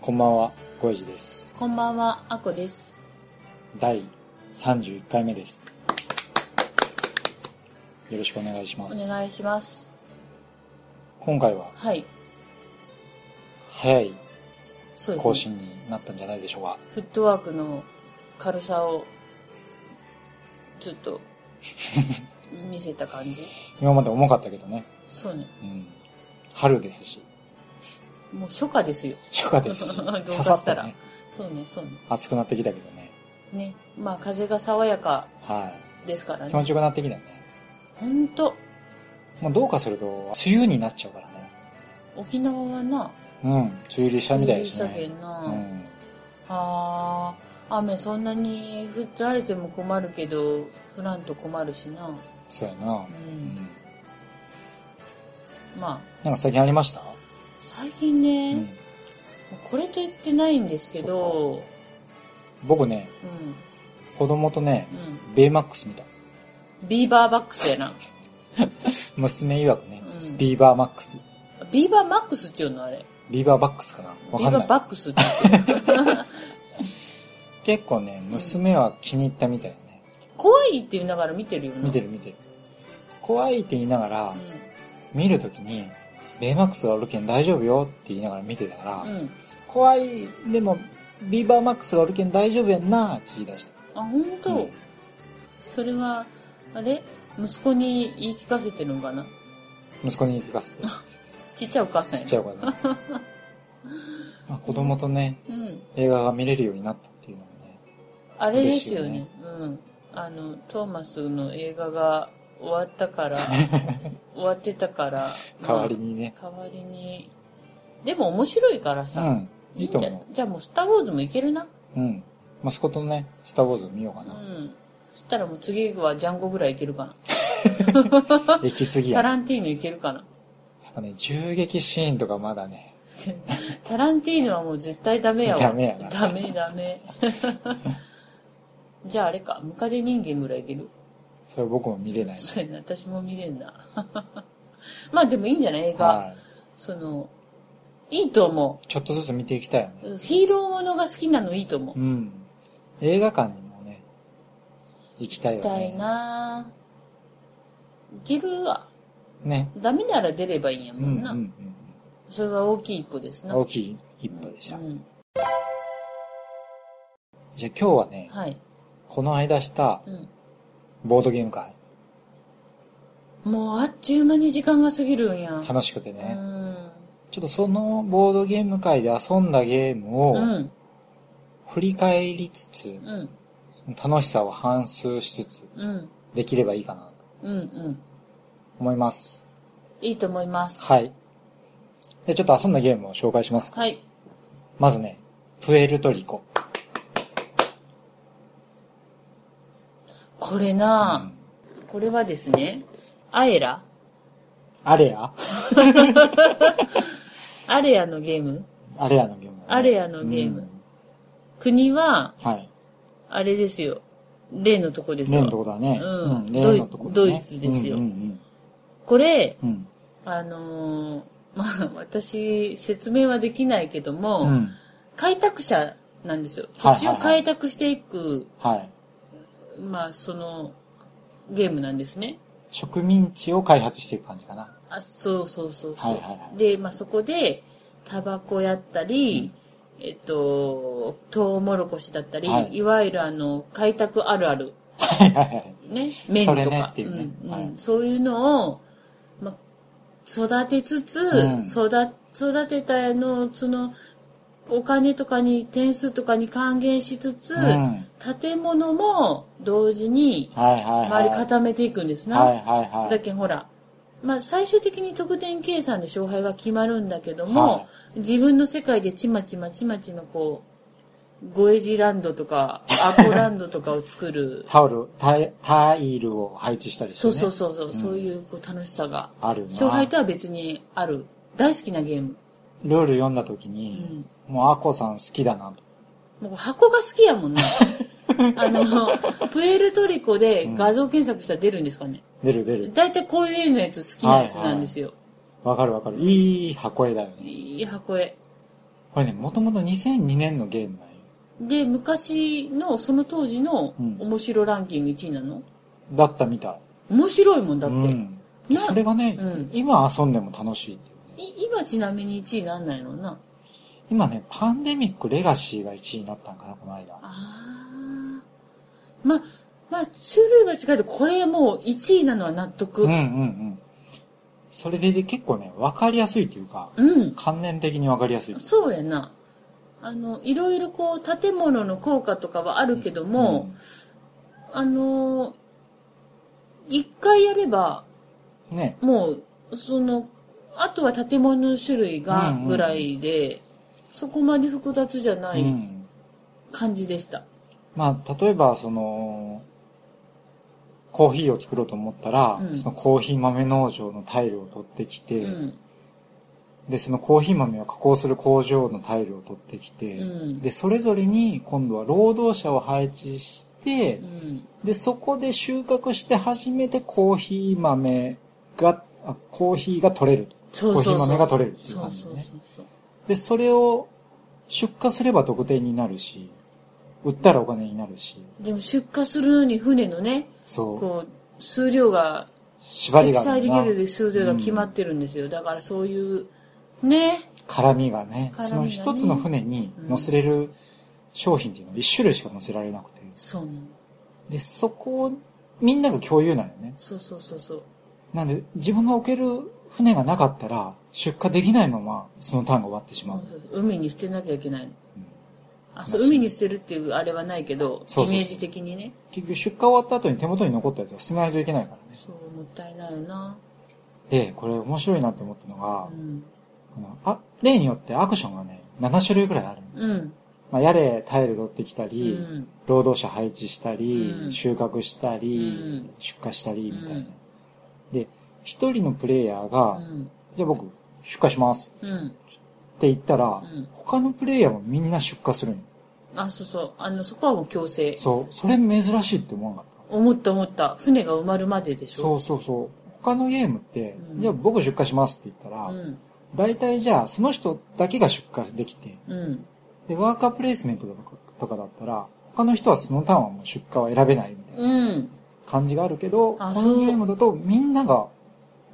こんばんは、ごえじです。こんばんはあこです第31回目です。よろしくお願いしまおす。願いします今回ははい早いそう更ですね新になったんじゃないでしょうか。フットワークの軽さをちょっ と見せた感じ今まで重かったけどね。そうねうん。春ですし、もう初夏ですよ初夏です し、どうか刺したらさったね。そうねそうね暑くなってきたけどね。ねまあ風が爽やかはですからい。気持ねちよくなってきたよね。ほんともうどうかすると、梅雨になっちゃうからね。沖縄はなうん。梅雨入りしたみたいで梅す雨入りね。したけんな、うん。あー雨そんなに降られても困るけど降らんと困るしなそうやう。なうんん。まあなんか最近ありました最近うね、ん。これと言ってないんですけど僕ね、う子供とね、んうんベイマックス見た。ビーバーバックスやな、娘曰くねう、ん、ビビーバーマックス。ーバーマックスっていうのあれビーバーバックスかなわビーかんバなーバい。ックスって言ってる結構ね、娘は気に入ったみたいだね。怖いって言いながら見てるよな見てる、る見てる。怖いって言いながらう、見るときに、ベイマックスがおるけん大丈夫よって言いながら見てたから、んうん、怖い、でも、ビーバーマックスがおるけん大丈夫やんなって言い出しあ本当、うんそれはあれ息子に言い聞かせてるのかなた。息子に言い聞かせて、ちっちゃいお母さんちやっなちゃい子 がね。まあ子供とね、うん映画が見れるようになったっていうのもね、あれですよねでうん。あの、トーマスの映画が終わった から、終わってたから。代わりに、にね。代わりに。でも面白いからうさ。ん、いいとじゃ思じゃあもうスターウォーズもいけるな。う。うん。息子とね、スターウォーズ見ようかうな。ん。そしたらもう次はジャンゴぐらいいけるかな。行き過ぎやタな。ランティーノいけるかな。やっぱね、銃撃シーンとかまだね、タランティーノはもう絶対ダメやわ。ダメやなダメダメ。 じゃああれか、ムカデ人間ぐらいいける それ僕も見れないね。そうやな、私も見れんな。 まあでもいいんじゃない映画。はその、いいと思い。ちょっとずつ見ていきたいよね。う。ヒーローものが好きなのいいと思うう。ん。映画館にもね、行きた行いよきね。たいなぁ。いけるわ。ね。ダメなら出ればいいんやうんもうんんな。うんそれは大きい一歩ですうん。な。大きい一歩でした。うん。じゃあ今日はね、はい。この間したうん。ボードゲーム会、もうあっちゅう間に時間が過ぎるんや。楽しくてうね、ん。ちょっとそのボードゲーム会で遊んだゲーうムをん。振り返りつつ、うん。楽しさを反数しつつ、うん。できればいいかなとうん。うん。思います。いいと思います。はい。で、ちょっと遊んだゲームを紹介しますか。はい。まずね、プエルトリコ。これなぁ、これはですね、アエラアレアアレアのゲームアレアのゲームだね、アレアのゲームうん国は、はい。あれですよ。例のとこです例よ。のとこだね。うん例のとこだドねイドイツですようんうんこれ、うん。あのーまあ、私、説明はできないけども、うん。うん。開拓者なんですよ。はい土はいはい地を開拓していく、はい。まあ、その、ゲームなんですね。植民地を開発していく感じかな。あ、そうそうそうそう。はいはいはいで、まあ、そこで、タバコやったり、えっと、トウモロコシだったり、はいい、わゆるあの、開拓あるある、はいはいはい。ね、麺とそれねかっ、ていうねうんうんはいそういうのを、ま、育てつつ、うん育育てたのをそのお金とかに点数とかに還元しつつ、うん建物も同時にはいはいはい。周り固めていくんですな。はいはいはだい。けんほらまあ、最終的に得点計算で勝敗が決まるんだけども、は。自分の世界でちまちまちまちまこう、ゴエジランドとか、アコランドとかを作るタオル、タイタイルを配置したりしてそね。うそうそうそう、そういうこう楽しさが。あるな勝敗とは別にある。大好きなゲーム。ルール読んだ時うに、ん。もうアコさん好きだなと。もう箱が好きやも んね。あの、プエルトリコで画像検索したら出るんですかね。出る出る。大体こういう絵のやつ好きなやつなんですよ。わかるわかる。いい箱絵だよいね。い、箱絵。これね、もともと2002年のゲームなんよ。で、昔の、その当時のうん面白ランキング1位なの、だったみたい。面白いもんだって。うんなそれがね、うん今遊んでも楽しいっていうね。い今ちなみに1位なんないのな。今ね、パンデミックレガシーが1位になったんかな、この間。あー。ま、まあ、種類は違うけど、これもう1位なのは納得。うんうんうん。それでで結構ね、わかりやすいというか、うん、観念的にわかりやすい。そうやな。あの、いろいろこう、建物の効果とかはあるけども、あのー一回やれば、うんね、もう、その、あとは建物の種類がぐらいで、そこまで複雑じゃなういん。感じでした。まあ、例えば、その、コーヒーを作ろうと思ったら、うんそのコーヒー豆農場のタイルを取ってきうて、ん。で、そのコーヒー豆を加工する工場のタイルを取ってきて、うんで、それぞれに今度は労働者を配置して、うん。で、そこで収穫して初めてコーヒー豆が、あコーヒーが取れると。そうそうそう。コーヒー豆が取れるっていう感じそうそでうねそうそう。で、それを出荷すれば特定になるし、売ったらお金になるし、でも出荷するのに船のね、そう、こう、数量が、縛り積があ載るできなるで数量が決まってるんですよ。だからそういう、ね。絡みがね、絡みがねその一つの船に乗せれる商品っていうのは一種類しか乗せられなくて、そうなので、そこをみんなが共有なんよね。そうそうそうそう。なんで、自分が置ける船がなかったら、出荷できないまま、そのターンが終わってしまう。海に捨てなきゃいけないの。うんあ、そう、海に捨てるっていうあれはないけど、そうそうそうイメージ的にね。結局出荷終わった後に手元に残ったやつを捨てないといけないからね。そう、もったいないよな。で、これ面白いなって思ったのがう、ん。このあ例によってアクションがね、7種類ぐらいある。うん。まあ、やれ、タイル取ってきたうり、ん。労働者配置したり、うん収穫したり、うん出荷したり、みたいな。うんで、一人のプレイヤーうが、ん。じゃあ僕、出荷しますうん。って言ったら、うん他のプレイヤーもみんな出荷するんよあ、そうそう。あの、そこはもう強制。そう、それ珍しいって思わなかった。思った思った。船が埋まるまででしそょ。うそうそう。他のゲームって、うんじゃあ僕出荷しますって言ったら、うん。大体じゃあその人だけが出荷できて、うん。で、ワーカープレイスメントとかとかだったら、他の人はそのターンはもう出荷は選べないみたいなうん。感じがあるけど、こあのそうゲームだとみんなが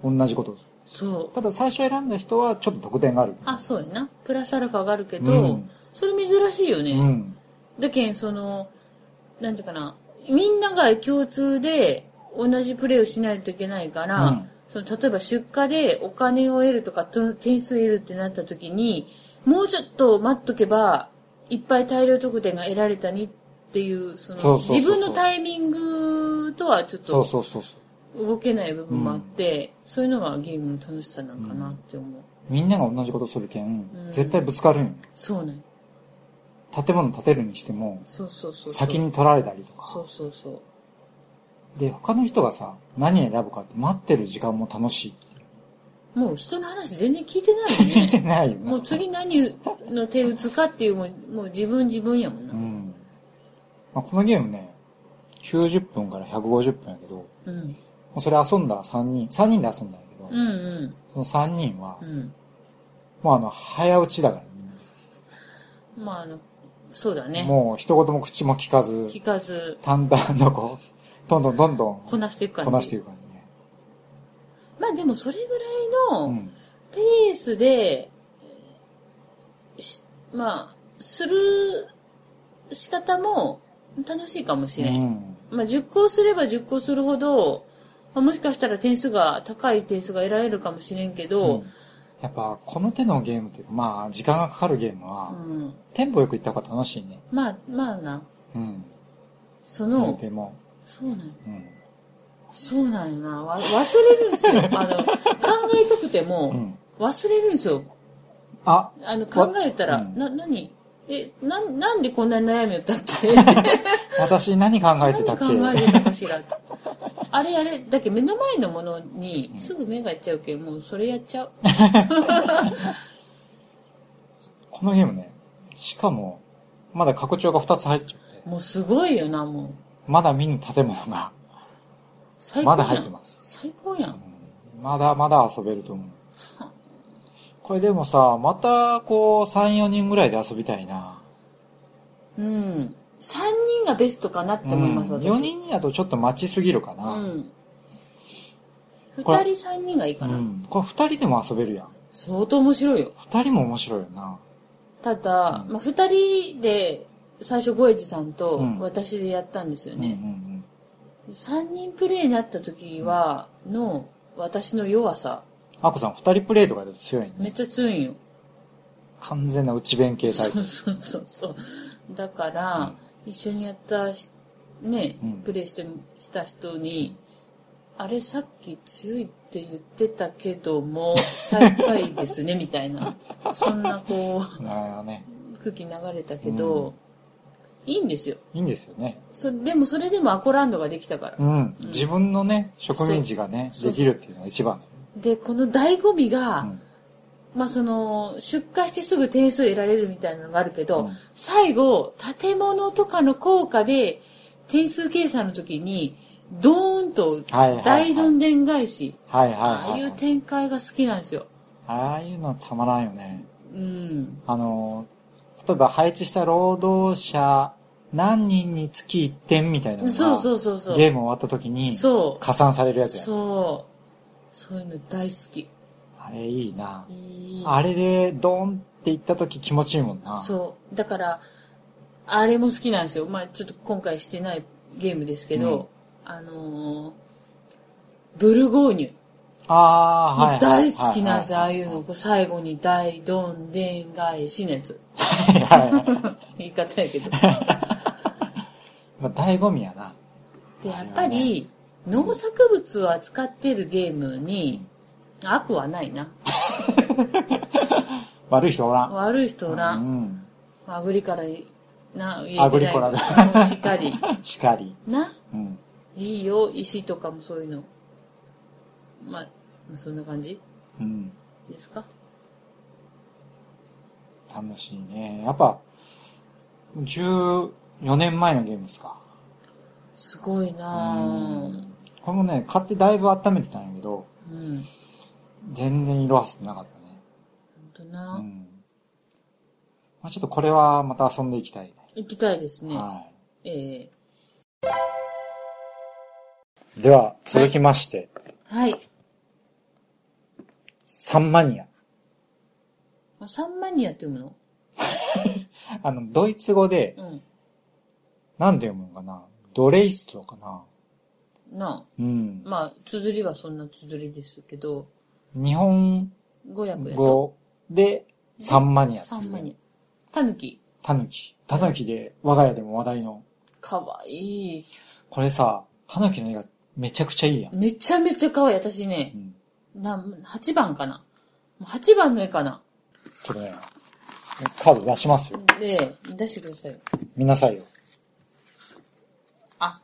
同じことをする。そう。ただ最初選んだ人はちょっと得点がある。あ、そうやな。プラスアルファがあるけど、うんそれ珍しいようね。ん。だけん、その、なんていうかな、みんなが共通で同じプレイをしないといけないから、うんその例えば出荷でお金を得るとかと点数を得るってなった時に、もうちょっと待っとけば、いっぱい大量得点が得られたにっていう、そのそうそうそうそう自分のタイミングとはちょっそうとそうそうそう。動けない部分もあって、そういうのがゲームの楽しさなんかなって思う。みんなが同じことするけん、ん絶対ぶつかるんよ。そうね。建物建てるにしても、そうそうそうそう。先に取られたりとか。そうそうそう。で、他の人がさ、何選ぶかって待ってる時間も楽しい。もう人の話全然聞いてないもんね聞。いてないよね。もう次何の手打つかっていうもん、もう自分自分やもんなう。ん。まあ、このゲームね、90分から150分やけど、もうん。うそれ遊んだ3人、3人で遊んだんやけど、うんうん。その3人はう、ん。もうあの、早打ちだから、みんなまあ、あの、そうだね。もう一言も口も聞かず、聞かず、淡々とこう、どんどんどんどんこなしていく感じ。こなしていく感じね。まあでもそれぐらいうのん。ペースで、しまあ、する仕方も楽しいかもしうれん。ん。まあ熟考すれば熟考するほど、まあもしかしたら点数が、高い点数が得られるかもしれんけど、やっぱ、この手のゲームっていうか、まあ、時間がかかるゲームは、うん。テンポよくいった方が楽しいね。まあ、まあな、うん。そとの、ても。そうなんようん。そうなんよな。わ忘れるんですよ。 あの、考えとくても、うん忘れるんですよ。あ、あの、考えたら、うんな、なにえ、なん、なんでこんなに悩みをったっ て。私何考えてたっけ何考えてたかしら。あれあれ、だけど目の前のものにすぐ目がいっちゃうけん、もうそれやっちゃう。このゲームね、しかも、まだ拡張が2つ入っちゃって、もうすごいよな、もう。まだ見ぬ建物が、最高やまん。だ入ってます。最高やん。うんまだまだ遊べると思う。これでもさ、またこう、3、4人ぐらいで遊びたいな。うん。3人がベストかなって思います、うん私。 4人だとちょっと待ちすぎるかうな。ん。2これ人3人がいいかうな。ん。これ2人でも遊べるやん。相当面白いよ。 2人も面白いよな。ただ、うんまあ、2人で最初、ゴエジさんとうん私でやったんですようんうんうね。ん。 3人プレイになった時は、の私の弱さ、あこさん、2人プレイとかだと強いめっね。ちゃ強いんよ。完全な内弁慶タイそプう。そうそうそう。だから、一緒にやったし、ねうん、プレイして、した人に、あれさっき強いって言ってたけども、最下位です ね、みたいな。そんなこなるほどね。う、空気流れたけど、いいんですよ。いいんですよね。そでもそれでもアコランドができたから。うん。自分のね、植民地がね、そうできるっていうのが一番。で、この醍醐味うが、ん。まあその、出荷してすぐ点数得られるみたいなのがあるけど、うん最後、建物とかの効果で、点数計算の時に、ドーンとはいはいはい大どんでん返し、はいはいああはいいはうい。展開が好きなんですよ。ああいうのたまらんよね。うん。あの、例えば配置した労働者何人につき1点みたいなのが、そうそうそうそう。ゲーム終わった時にそう。加算されるやつや。そう。そういうの大好き。あれいいな。いいあれでドーンって行った時気持ちいいもんな。そう。だから、あれも好きなんですよ。まあちょっと今回してないゲームですけど、あのーブルゴーニュ。ああ、はいもはうい。大好きなんですよ。ああはいいうの、こう最後に大どんでん返しのやつ。 はいはいはい。言い方やけ ど。まあ、醍醐味やな。で、やっぱり、農作物を扱ってるゲームに、悪はないな。悪い人おらん。悪い人おら。うんん。 アグリから、な、言えてないアグリコラもうしっか り。しかり。な、うん。いいよ、石とかもそういうの。まあ、そんな感じうん。ですか楽しいね。やっぱ、14年前のゲームですか。すごいなぁ。これもね、買ってだいぶ温めてたんやけど、うん。全然色褪せてなかったね。ほんとうな、ん。まあ、ちょっとこれはまた遊んでいきたい行きたいですね。ね。はえい。では、続きまして、ー、はい。サンマニア。あサンマニアって読むのあの、ドイツ語で、うん。なんて読むのかなドレイストかななうんあ。。まあ、綴りはそんな綴りですけど、日本語訳やと。語で、サンマニアってサいう。ンマニア。タヌキ。タヌキ。タヌキで、我が家でも話題の。かわいい。これさ、タヌキの絵がめちゃくちゃいいやん。めちゃめちゃかわいい。私ねう、ん。な、8番かな。8番の絵かな。ちょっとね、カード出しますよ。で、出してください。見なさいよ。あ、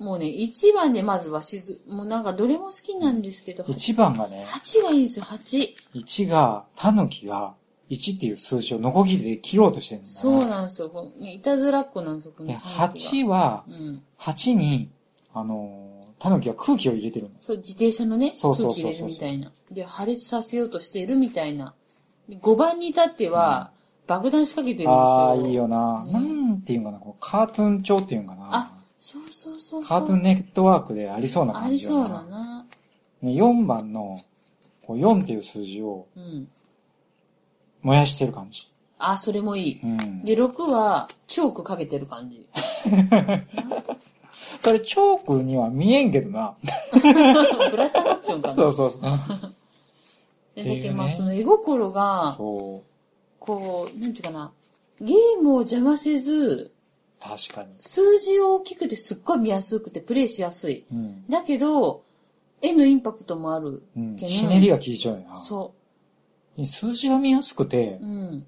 もうね、1番でまずはしず、もうなんかどれも好きなんですけど、8 1番がね、がいいんですよ、8。 1が、タヌキが、1っていう数字をノコギリで切ろうとしてるんだなそうなんですよ。こういたずらっ子なんですよ、こので、タヌキが8は、うん。 8に、あのー、タヌキが空気を入れてるんです。そう、自転車のね、そ空うそうそ気う入れるみたいな。で、破裂させようとしているみたいな。5番に至っては、爆弾仕掛けてるんですよ。あー、いいよな、ねなんていうんかな、こうカートゥーン調っていうんかあな。そうそうそうそう。カートゥーンネットワークでありそうなあ感りじそようだな。ね、4番の、こう4っていう数字をうん。燃やしてる感じ。あ、それもいい。うん。で、6は、チョークかけてる感じ。 それ、チョークには見えんけどな。ブラサラッチョンかな。そうそうそう。でだけどまっあ、ていうねその絵心が、そこう、なんていうかな、ゲームを邪魔せず、確かに。数字を大きくてすっごい見やすくてプレイしやすい。うん。だけど、絵のインパクトもあるうん。けど、ひねりが効いちゃうよな。そ数字が見やすくてう。うん。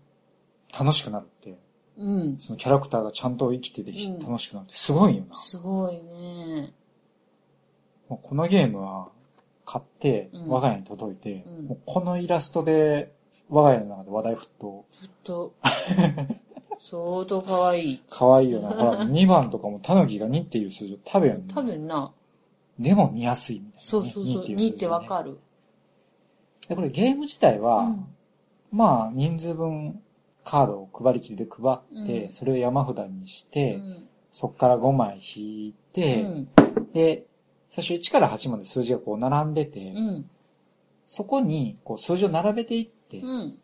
楽しくなるって、うん。そのキャラクターがちゃんと生きててひうん楽しくなるってすごいよな。すごいね。もうこのゲームは買ってうん我が家に届いて、うんもうこのイラストで我が家の中で話題沸騰。ずっ と、相当可愛い。可愛いよな。ほ ら、2番とかもタヌキが2っていう数字を食べよね。多分な、でも見やすいみたいなね。そうそうそう、 2 2ってわかる。る。で、これゲーム自体は、うんまあ人数分カードを配り切りで配って、うんそれを山札にしうて、ん。そこから5枚引いて、うんで、最初1から8まで数字がこう並んでて、うん。そこにこう数字を並べていって、うん。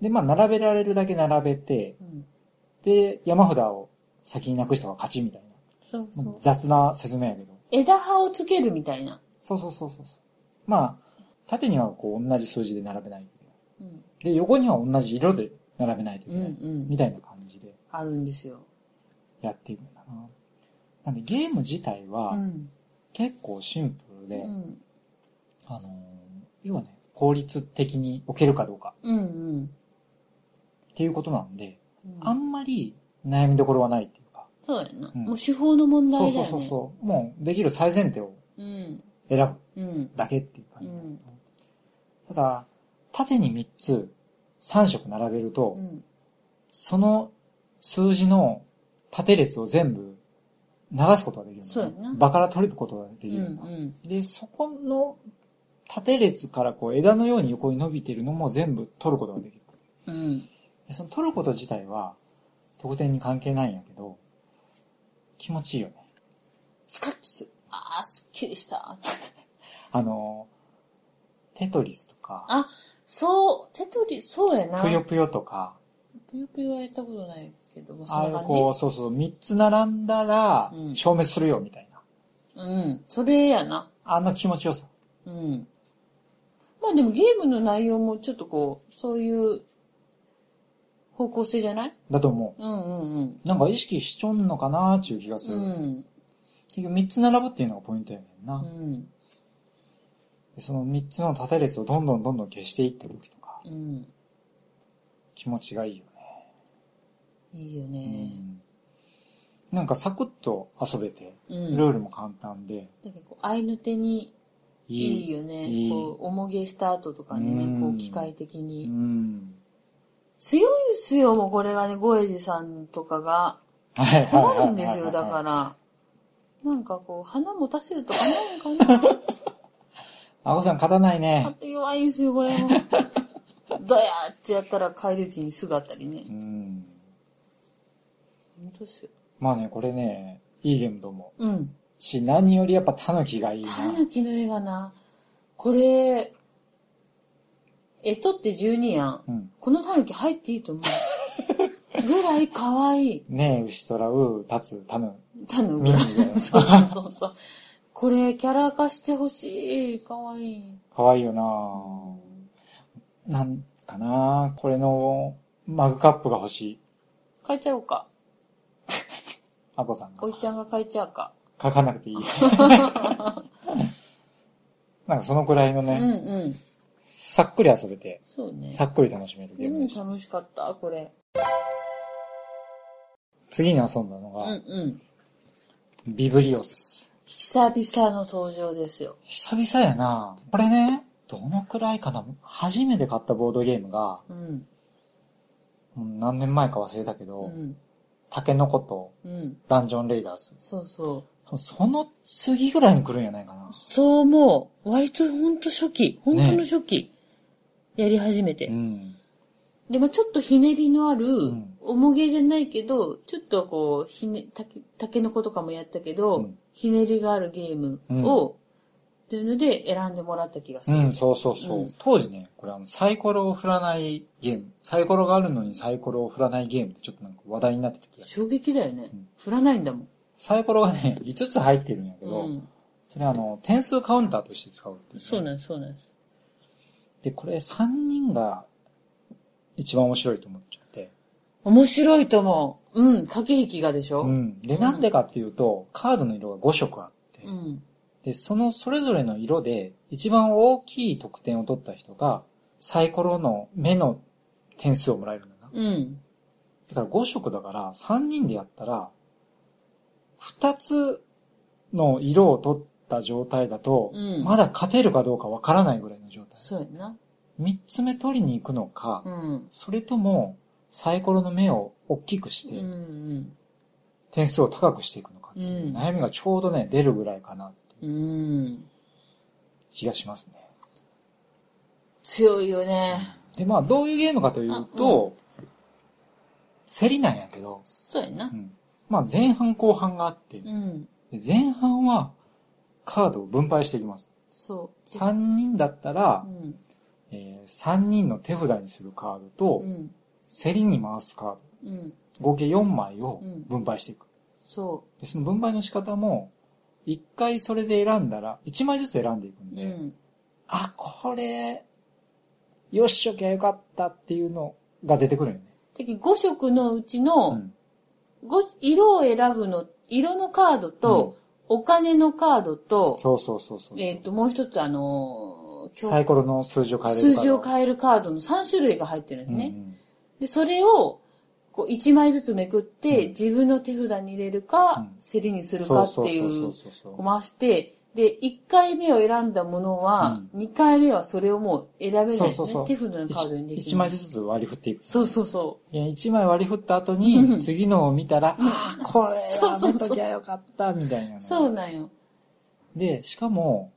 で、まあ並べられるだけ並べて、うん。で、山札を先になくした方が勝ちみたいそうな。そう。雑な説明やけど。枝葉をつけるみたいな。そうそうそうそうそう。まあ、縦にはこう同じ数字で並べないといけなうん。い。で、横には同じ色で並べないといけない。うんうんみたいな感じであるんですよ。やっていくんだな。なんでゲーム自体うはん。結構シンプルで、うん。あのー要はね、効率的に置けるかどうかうんうん。っていうことなんで、うんあんまり悩みどころはないっていうか。そうやな。うんもう手法の問そ題うだそようね。そうそう。もうできる最前提をうん。選ぶうん。だけっていう感じなんだけど、ただ、縦に3つ、3色並べると、うん。その数字の縦列を全部流すことができるそうやの、な場から取ることがでうきるんだ、ん。で、そこの縦列からこう枝のように横に伸びてるのも全部取ることができる。うん。でその取ること自体は得点に関係ないんやけど、気持ちいいよね。スカッとする。ああ、すっきりした。あの、テトリスとか、あ、そう、テトリ、そうやな。ぷよぷよとか、ぷよぷよはやったことないけども、そああいんうな感こう、そうそう、3つ並んだらうん、消滅するよ、みたいじ。な。うん。それやな。あの気持ちよさ。うん。まあでもゲームの内容もちょっとこう、そういう方向性じゃないだと思うんうんうん。う。なんか意識しちょんのかなーっていう気がすうる。ん。結局3つ並ぶっていうのがポイントやねんな。うん。でその3つの縦列をどんどんどんどん消していった時とか、うん。気持ちがいいよいいよね。ね。うん。なんかサクッと遊べて、うんルールも簡単で、なんかこう、合いの手にいいよね。いいこう、重げスタートとかにね、うんこう、機械的うに。ん。強いんですよ、もうこれがね、ゴエジさんとかが。はいはいはいはいはい困るんですよ、だから。なんかこう、花持たせるとかないんかなあこさん勝たないあ ね。と弱いんですよ、これも。ドヤーってやったら帰り討ちにすぐ当たりねう。ん。本当っすよ。まあね、これね、いいゲームと思うん。う。し、何よりやっぱタヌキがいいな。たぬきの絵がな、これ、えとって12やん。うん。このたぬき入っていいと思う。ぐらい可愛い。ねえ、牛とらう、立つ、タヌ。たぬミニみたい なそうそうそうそう。これ、キャラ化してほしい。可愛い。かわいいよななんかなこれのマグカップが欲しい。書いちゃおうか。あこさんがお。いちゃんが書いちゃうか。書かなく ていい。なんかそのくらいのうんね、うん。さっくり遊べて、そうね。さっくり楽しめるゲーうムん、でした。楽しかった、これ。次に遊んだのうんが、うん。ビブリオス。久々の登場ですよ。久々やなこれね、どのくらいかな初めて買ったボードゲームが、うん。もう何年前か忘れたけうど、ん。タケノコとうん。ダンジョンレイダース。そうそう。その次ぐらいに来るんじゃないかな。そう思う。割とほんと初期、ほんとの初期、やり始めて。うん。でもちょっとひねりのある、ん重げじゃないけど、ちょっとこう、ひね、たけ、たけのことかもやったけど、うんひねりがあるゲームを、っていうので選んでもらった気がすうる。ん、そうそうそう。うん当時ね、これあの、サイコロを振らないゲーム。サイコロがあるのにサイコロを振らないゲームってちょっとなんか話題になってた気がする。衝撃だよねうん。振らないんだもん。サイコロがね、5つ入ってるんやけど、うん。それあの、点数カウンターとして使うっていうね、そうなんです、そうなんです。で、これ3人が一番面白いと思っちゃって。面白いと思う。うん、駆け引きがでしょうん。で、なんでかっていうと、カードの色が5色あって、うん。で、そのそれぞれの色で一番大きい得点を取った人が、サイコロの目の点数をもらえるんだな。うん。だから5色だから、3人でやったら、2つの色を取った状態だと、うんまだ勝てるかどうかわからないぐらいの状態。そうやな。 3つ目取りに行くのか、うん。それとも、サイコロの目を大きくしうんて、うん。点数を高くしていくのかっていううん悩みがちょうどね、出るぐらいかなっていううん。気がしますね。強いよね。で、まあ、どういうゲームかというと、競りなんやけど、そうやなう。んまあ、前半後半があって、うん。で前半はカードを分配していきます。そう。 3人だったらう、ん。え3人の手札にするカードうと、ん。競りに回すカーうん。ド、合計4枚をうん分配していく。そでその分配の仕方も、1回それで選んだら、1枚ずつ選んでいくんう。うで、ん。あ、これ、よっしょきゃよかったっていうのが出てくるよね。てき5色のうちの、ん。ご色を選ぶの、色のカードと、お金のカードと、そうそうそうそう。えっ、と、もう一つあのーサイコロの数字を変えれる数から。字を変えるカードの3種類が入ってるのね。うんうんで、それを、こう、1枚ずつめくって、うん自分の手札に入れるかうん、競りにするそかうってそういそうそうう、そうそう。こう回して、で、1回目を選んだものは、2回目はそれをもう選べない、ね。そうそうそう手札のカードにできる。一枚ずつ割り振っていく。そうそうそいや一枚割り振った後うに、ん次のを見たら、ああ、これそうやそうめそうときゃよかった、みたいなの。う。そうなんよ。で、しかも、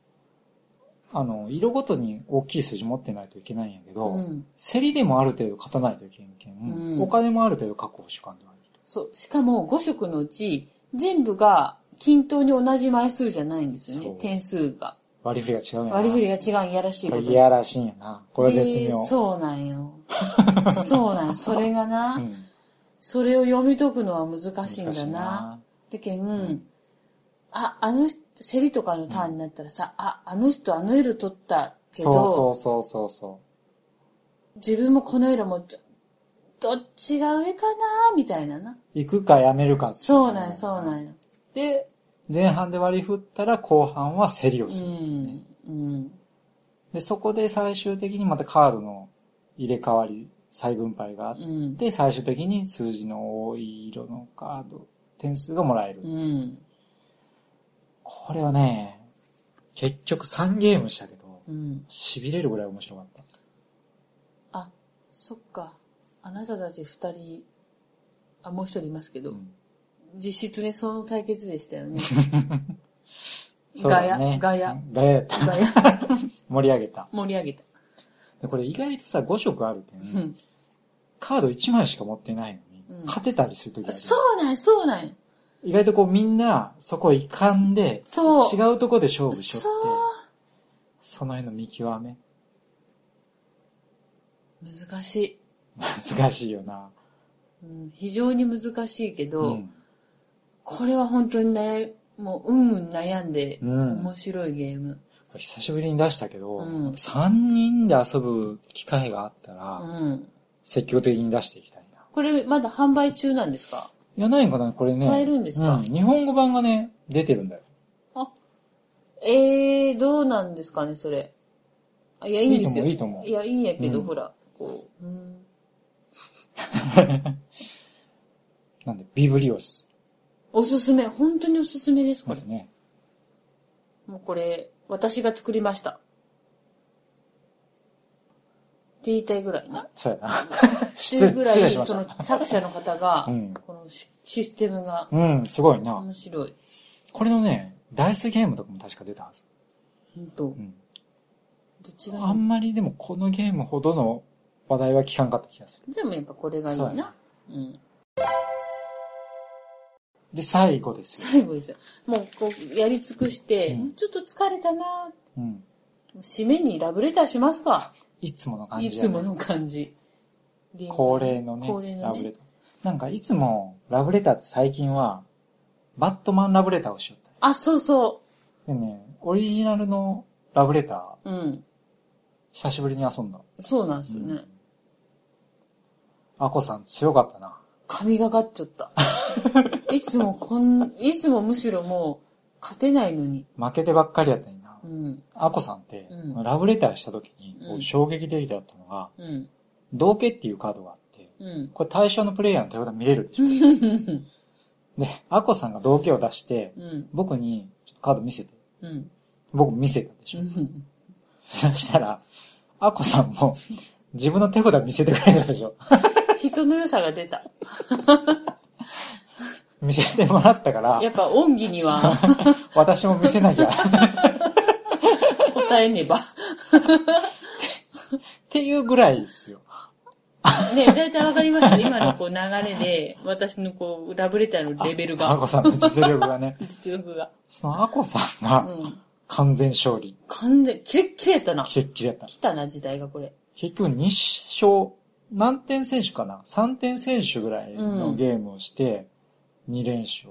あの、色ごとに大きい数字持ってないといけないんやけど、うん。競りでもある程度勝たないといけんけん、うんお金もある程度確保しかんとあるそう。しかも、5色のうち、全部が均等に同じ枚数じゃないんですよそねう。点数が。割り振りが違うんやな。割り振りが違う、いやらしいここれといにやらしいんやな。これは絶妙。でそうなんよ。 そうなんよ。それがな、うんそれを読み解くのは難しいんだ難しないな。だけん、んあ、あの人、セリとかのターンになったらさ、あ、あの人あの色取ったけど、そうそうそうそうそ自分もこの色もちょ、どっちが上かなみたいなな。う。行くかやめるかっていそうなんよ、そうなんんよ。で、前半で割り振ったら後半は競りをうする。ん、うん、で、そこで最終的にまたカードの入れ替わり、再分配があっうん、て、最終的に数字の多い色のカード、点数がもらえる。うん、これはね、結局3ゲームしたけど、うん。痺れるぐらい面白かった。あ、そっか。あなたたち二人、あ、もう一人いますけど、うん実質ね、その対決でしたよね。 そうだね。ガヤうん。ガヤやった。ガヤ盛り上げた。盛り上げた。でこれ意外とさ、5色あるけん、うんカード1枚しか持ってないのに、うん勝てたりするときある。そうなんやそうなんや意外とこうみんな、そこいかんで、そう違うとこで勝負しよそうって、その辺の見極め、難しい、難しいよな。うん。非常に難しいけど、ん。これは本当に悩み、もううんうん悩んで、うん面白いゲーム。これ久しぶりに出したけど、うん3人で遊ぶ機会があったうら、ん。積極的に出していきたいな。これまだ販売中なんですかいや、ないんかなこれね。買えるんですかうん。日本語版がね、出てるんだよ。あ、えー、どうなんですかね、それ。あいや、いいんですよ。いいと思ういいと思や、ういいんやけど、うんほら、こう。うん、なんで、ビブリオスおすすめ、本当におすすめですかですね。もうこれ、私が作りました。って言いたいぐらいな。そうやな。 って失いう礼ぐら失礼い、しましそのた。作者の方が、 うんこのシシステムがうん、すごいな。面白い。これのね、ダイスゲームとかも確か出たはず。本当。どんっちがいあいんまりでもこのゲームほどの話題は聞かんかった気がする。でもやっぱこれがいいそうやな。うん。で、最後ですよ。最後ですよ。もうこう、やり尽くして、うんちょっと疲れたなうん。締めにラブレターしますか。いつもの感じいやねつもの感じ。リンゴ恒例のね、恒例ラのブレね。ター。なんかいつもラブレターって最近は、バットマンラブレターをしよっあ、そうそた。でね、オリジナルのラブレター、う。うん。久しぶりに遊んだ。そうなんですよね。アコさん強かったな。神がかっちゃ った。いつもこん、いつもむしろもう、勝てないのに。負けてばっかりやったのになう。ん、アコさんってう、んラブレターした時にうん、僕衝撃的だったのが、うん、道家っていうカードがあって、うん。これ対象のプレイヤーの手札見れるでしょ。うん、で、アコさんが道家を出して、うん、僕にちょっとカード見せて。うん。僕見せたでしうょ。んそしたら、アコさんも自分の手札見せてくれたでしょ。人の良さが出た。見せてもらったからや、っぱ恩義に は私も見せ なきゃ。っ答えねば。ていうぐらいですよ。ねだいたいわかりました。今のこう流れで、私のこう、ラブレターのレベルアが、コさんの実力がね。実力が。そのアコさんうがん。完全勝利。完全、キレッキレやったな。キレッキレやった。来たな、時代がこれ。結局2勝、何点選手かな ?3 点選手ぐらいのゲームをして、2連勝。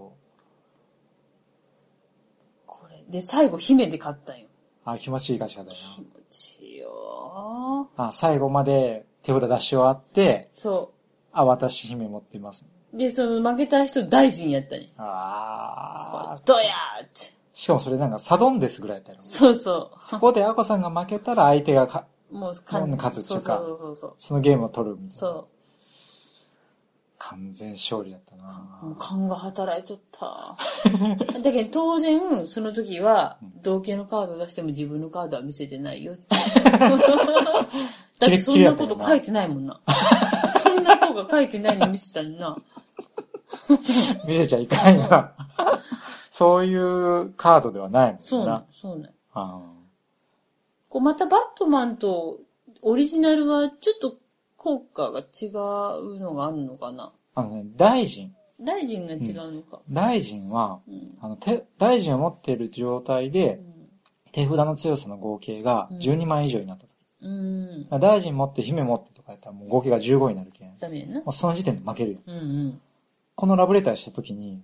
これ。で、最後、姫で勝ったんよ。あ、気持ちいい勝ち方や気持ちいいよな。あ、最後まで手札出し終わって、ーそあ、私姫持っています。う。で、その負けた人大臣やったね。あーどやーって。しかもそれなんかサドンデスぐらいだよ。そうそそこでアコさんが負けたら相手がかう。もう、勝つってそいううかそうそうそう。そのゲームを取るみたいな。そ完全勝利だったなう。もう、勘が働いとった。だけど、当然、その時は、同型のカード出しても自分のカードは見せてないよ って。だって、そんなこと書いてないもんな。そんな方が書いてないの見せたんな。見せちゃいかんよ な。そういうカードではないもんな。そうなん、そうなん。あこう、またバットマンとオリジナルはちょっと効果が違うのがあるのかなーあのね、大臣。大臣が違うのか。大臣は、うん。あの、手、大臣を持っている状態うで、ん。手札の強さの合計が12万以上になった時。うん。まあ大臣持って、姫持ってとかやったらもう合計が15になるけん。もダメやな。うその時点で負けるよ。うんうん。このラブレターした時に、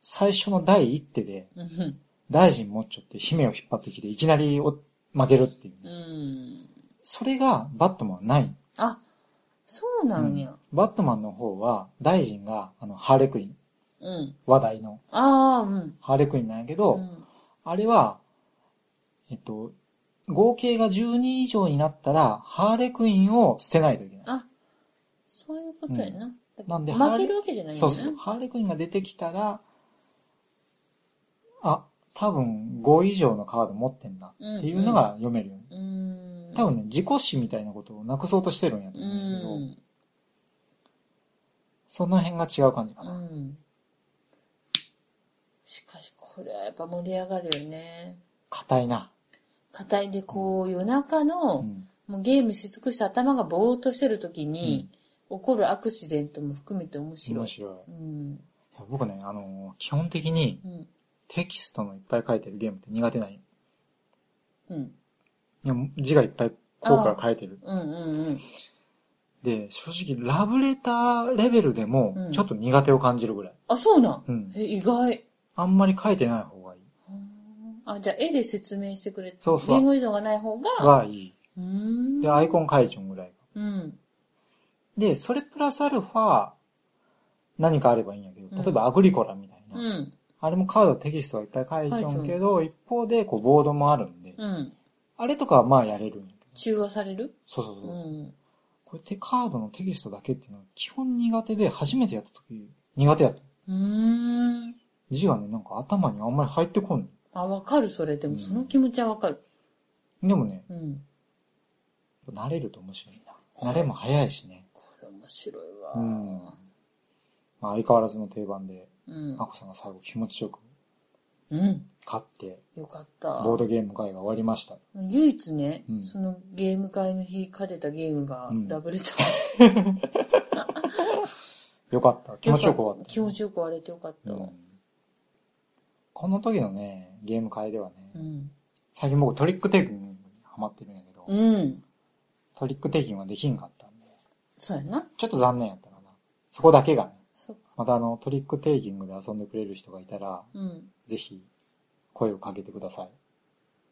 最初の第一手で、うん大臣持っちゃって姫を引っ張ってきて、いきなりお負けるっていう。うん。うん。それが、バットマンはない。あ、そうなんや。バットマンの方は、大臣が、あの、ハーレクイン。うん。話題のああ、うん。ハーレクインなんやけど、うんあれは、えっと、合計が12以上になったら、ハーレクインを捨てないといけない。あ、そういうことやな。なんで負けるわけじゃないんだそようね。そう。ハーレクインが出てきたら、あ、多分5以上のカード持ってんだっていうのが読めるよね。うーん。多分ね、自己死みたいなことをなくそうとしてるんやとう思うんだけど、ん。その辺が違う感じかうな。ん。しかし、これはやっぱ盛り上がるよね。硬いな。硬いで、こう、夜中うの、ん。もうゲームし尽くして頭がぼーっとしてる時に、起こるアクシデントも含めて面白面い。白い。いうん。や僕ね、あのー基本的にうん。テキストのいっぱい書いてるゲームって苦手ない。うん。いや、字がいっぱい効果が書いてる。うんうんで、正直、ラブレターレベルでうもん、ちょっと苦手を感じるぐらい。あ、そうなん。うん。え、意外。あんまり書いてない方がいい。あ、じゃあ絵で説明してくれて、そうそう言語依存がない方が、がいい。うーん。で、アイコン書いちゃうぐらい。うん。で、それプラスアルファ、何かあればいいんやけど、うん例えばアグリコラみたいな。うん。あれもカードテキストはいっぱい書いちゃうんけど、一方で、こう、ボードもあるんで、うん。あれとかはまあやれるんやけど。中和されるそうそうそうう。ん。これってカードのテキストだけっていうのは基本苦手で、初めてやった時、苦手やった。うーん。字はね、なんか頭にあんまり入ってこんの。あ、わかる、それ。でも、その気持ちはわかる。でもね、うん。慣れると面白いな。慣れも早いしね。これ面白いわ。うん。まあ相変わらずの定番で、うんア。コさんが最後気持ちよくうん。勝って、よかった。ボードゲーム会が終わりました。唯一ね、うんそのゲーム会の日勝てたゲームがうんラブレター。よかった。 気持ちよく終わった。気持ちよく終われてよかったうわん。この時のね、ゲーム会ではね、うん。最近僕トリックテイキングにハマってるんやけど、うん。トリックテイキングはできんかったんで、そうやな。ちょっと残念やったかな。そこだけがね。そうか。またあの、トリックテイキングで遊んでくれる人がいたら、うん。ぜひ、声をかけてください。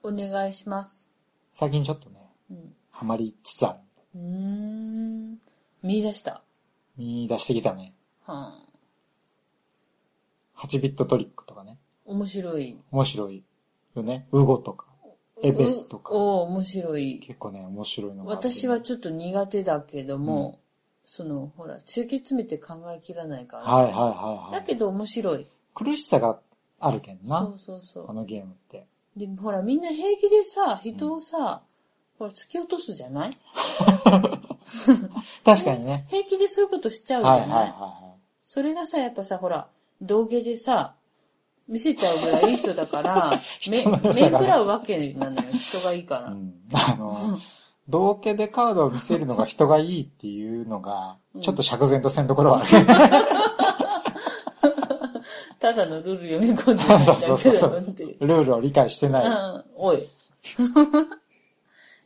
お願いします。最近ちょっとね、うん。ハマりつつある。うーん。見出した。見出してきたね。はあ、 8ビットトリックとかね。面白い。面白いよね。ウゴとか、エベスとかうお面白い。結構ね、面白いのがあってね、私はちょっと苦手だけども、その、ほら、突き詰めて考えきらないから。はいはいはいはだい。けど面白い。苦しさがあるけんそなう、そうそこのゲームって。う。で、ほら、みんな平気でさ、人をさ、ほら、突き落とすじゃない確かにね。平気でそういうことしちゃうじはいはゃないい、はいはそれがさ、やっぱさ、ほら、道芸でさ、見せちゃうぐらいいい人だから、め 人の良面さがね食らうわけなのよ。人がいいから。い。うん。 あの、同家でカードを見せるのが人がいいっていうのが、ちょっと釈然とせんところはあ る。ただのルール読み込んでるだけだそうそうそうそうよっていう。ルールを理解してうない。ん、おい。 い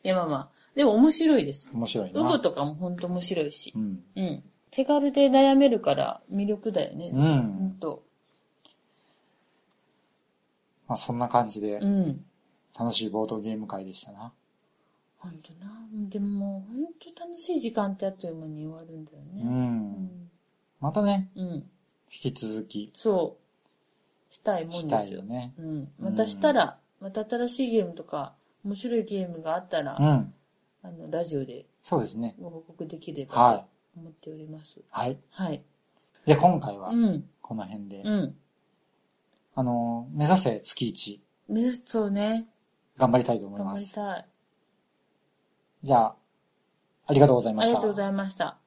や、まあまあ。でも面白いです。面白いな。ウゴとかもほんと面白いしう。ん。うん。手軽で悩めるから魅力だよね。うほんん。と。まあそんな感じでう、ん。楽しいボードゲーム会でしたな。ほんとな。でももうほんと楽しい時間ってあっという間に終わるんだようね。ん。またね、うん。うん。引き続きそう。したいもしんたでいすよよ。ね。うん。またしたら、また新しいゲームとか、面白いゲームがあったら、うん。あの、ラジオでそうですね。ご報告できればはと思っております。い。はい。はい。じゃあ今回はう、ん。この辺で。うん。あの、目指せ月一目指すそうね。頑張りたいと思い頑ま張りす。たい。じゃあ、ありがとうございあまりしがたとうご。ざいました。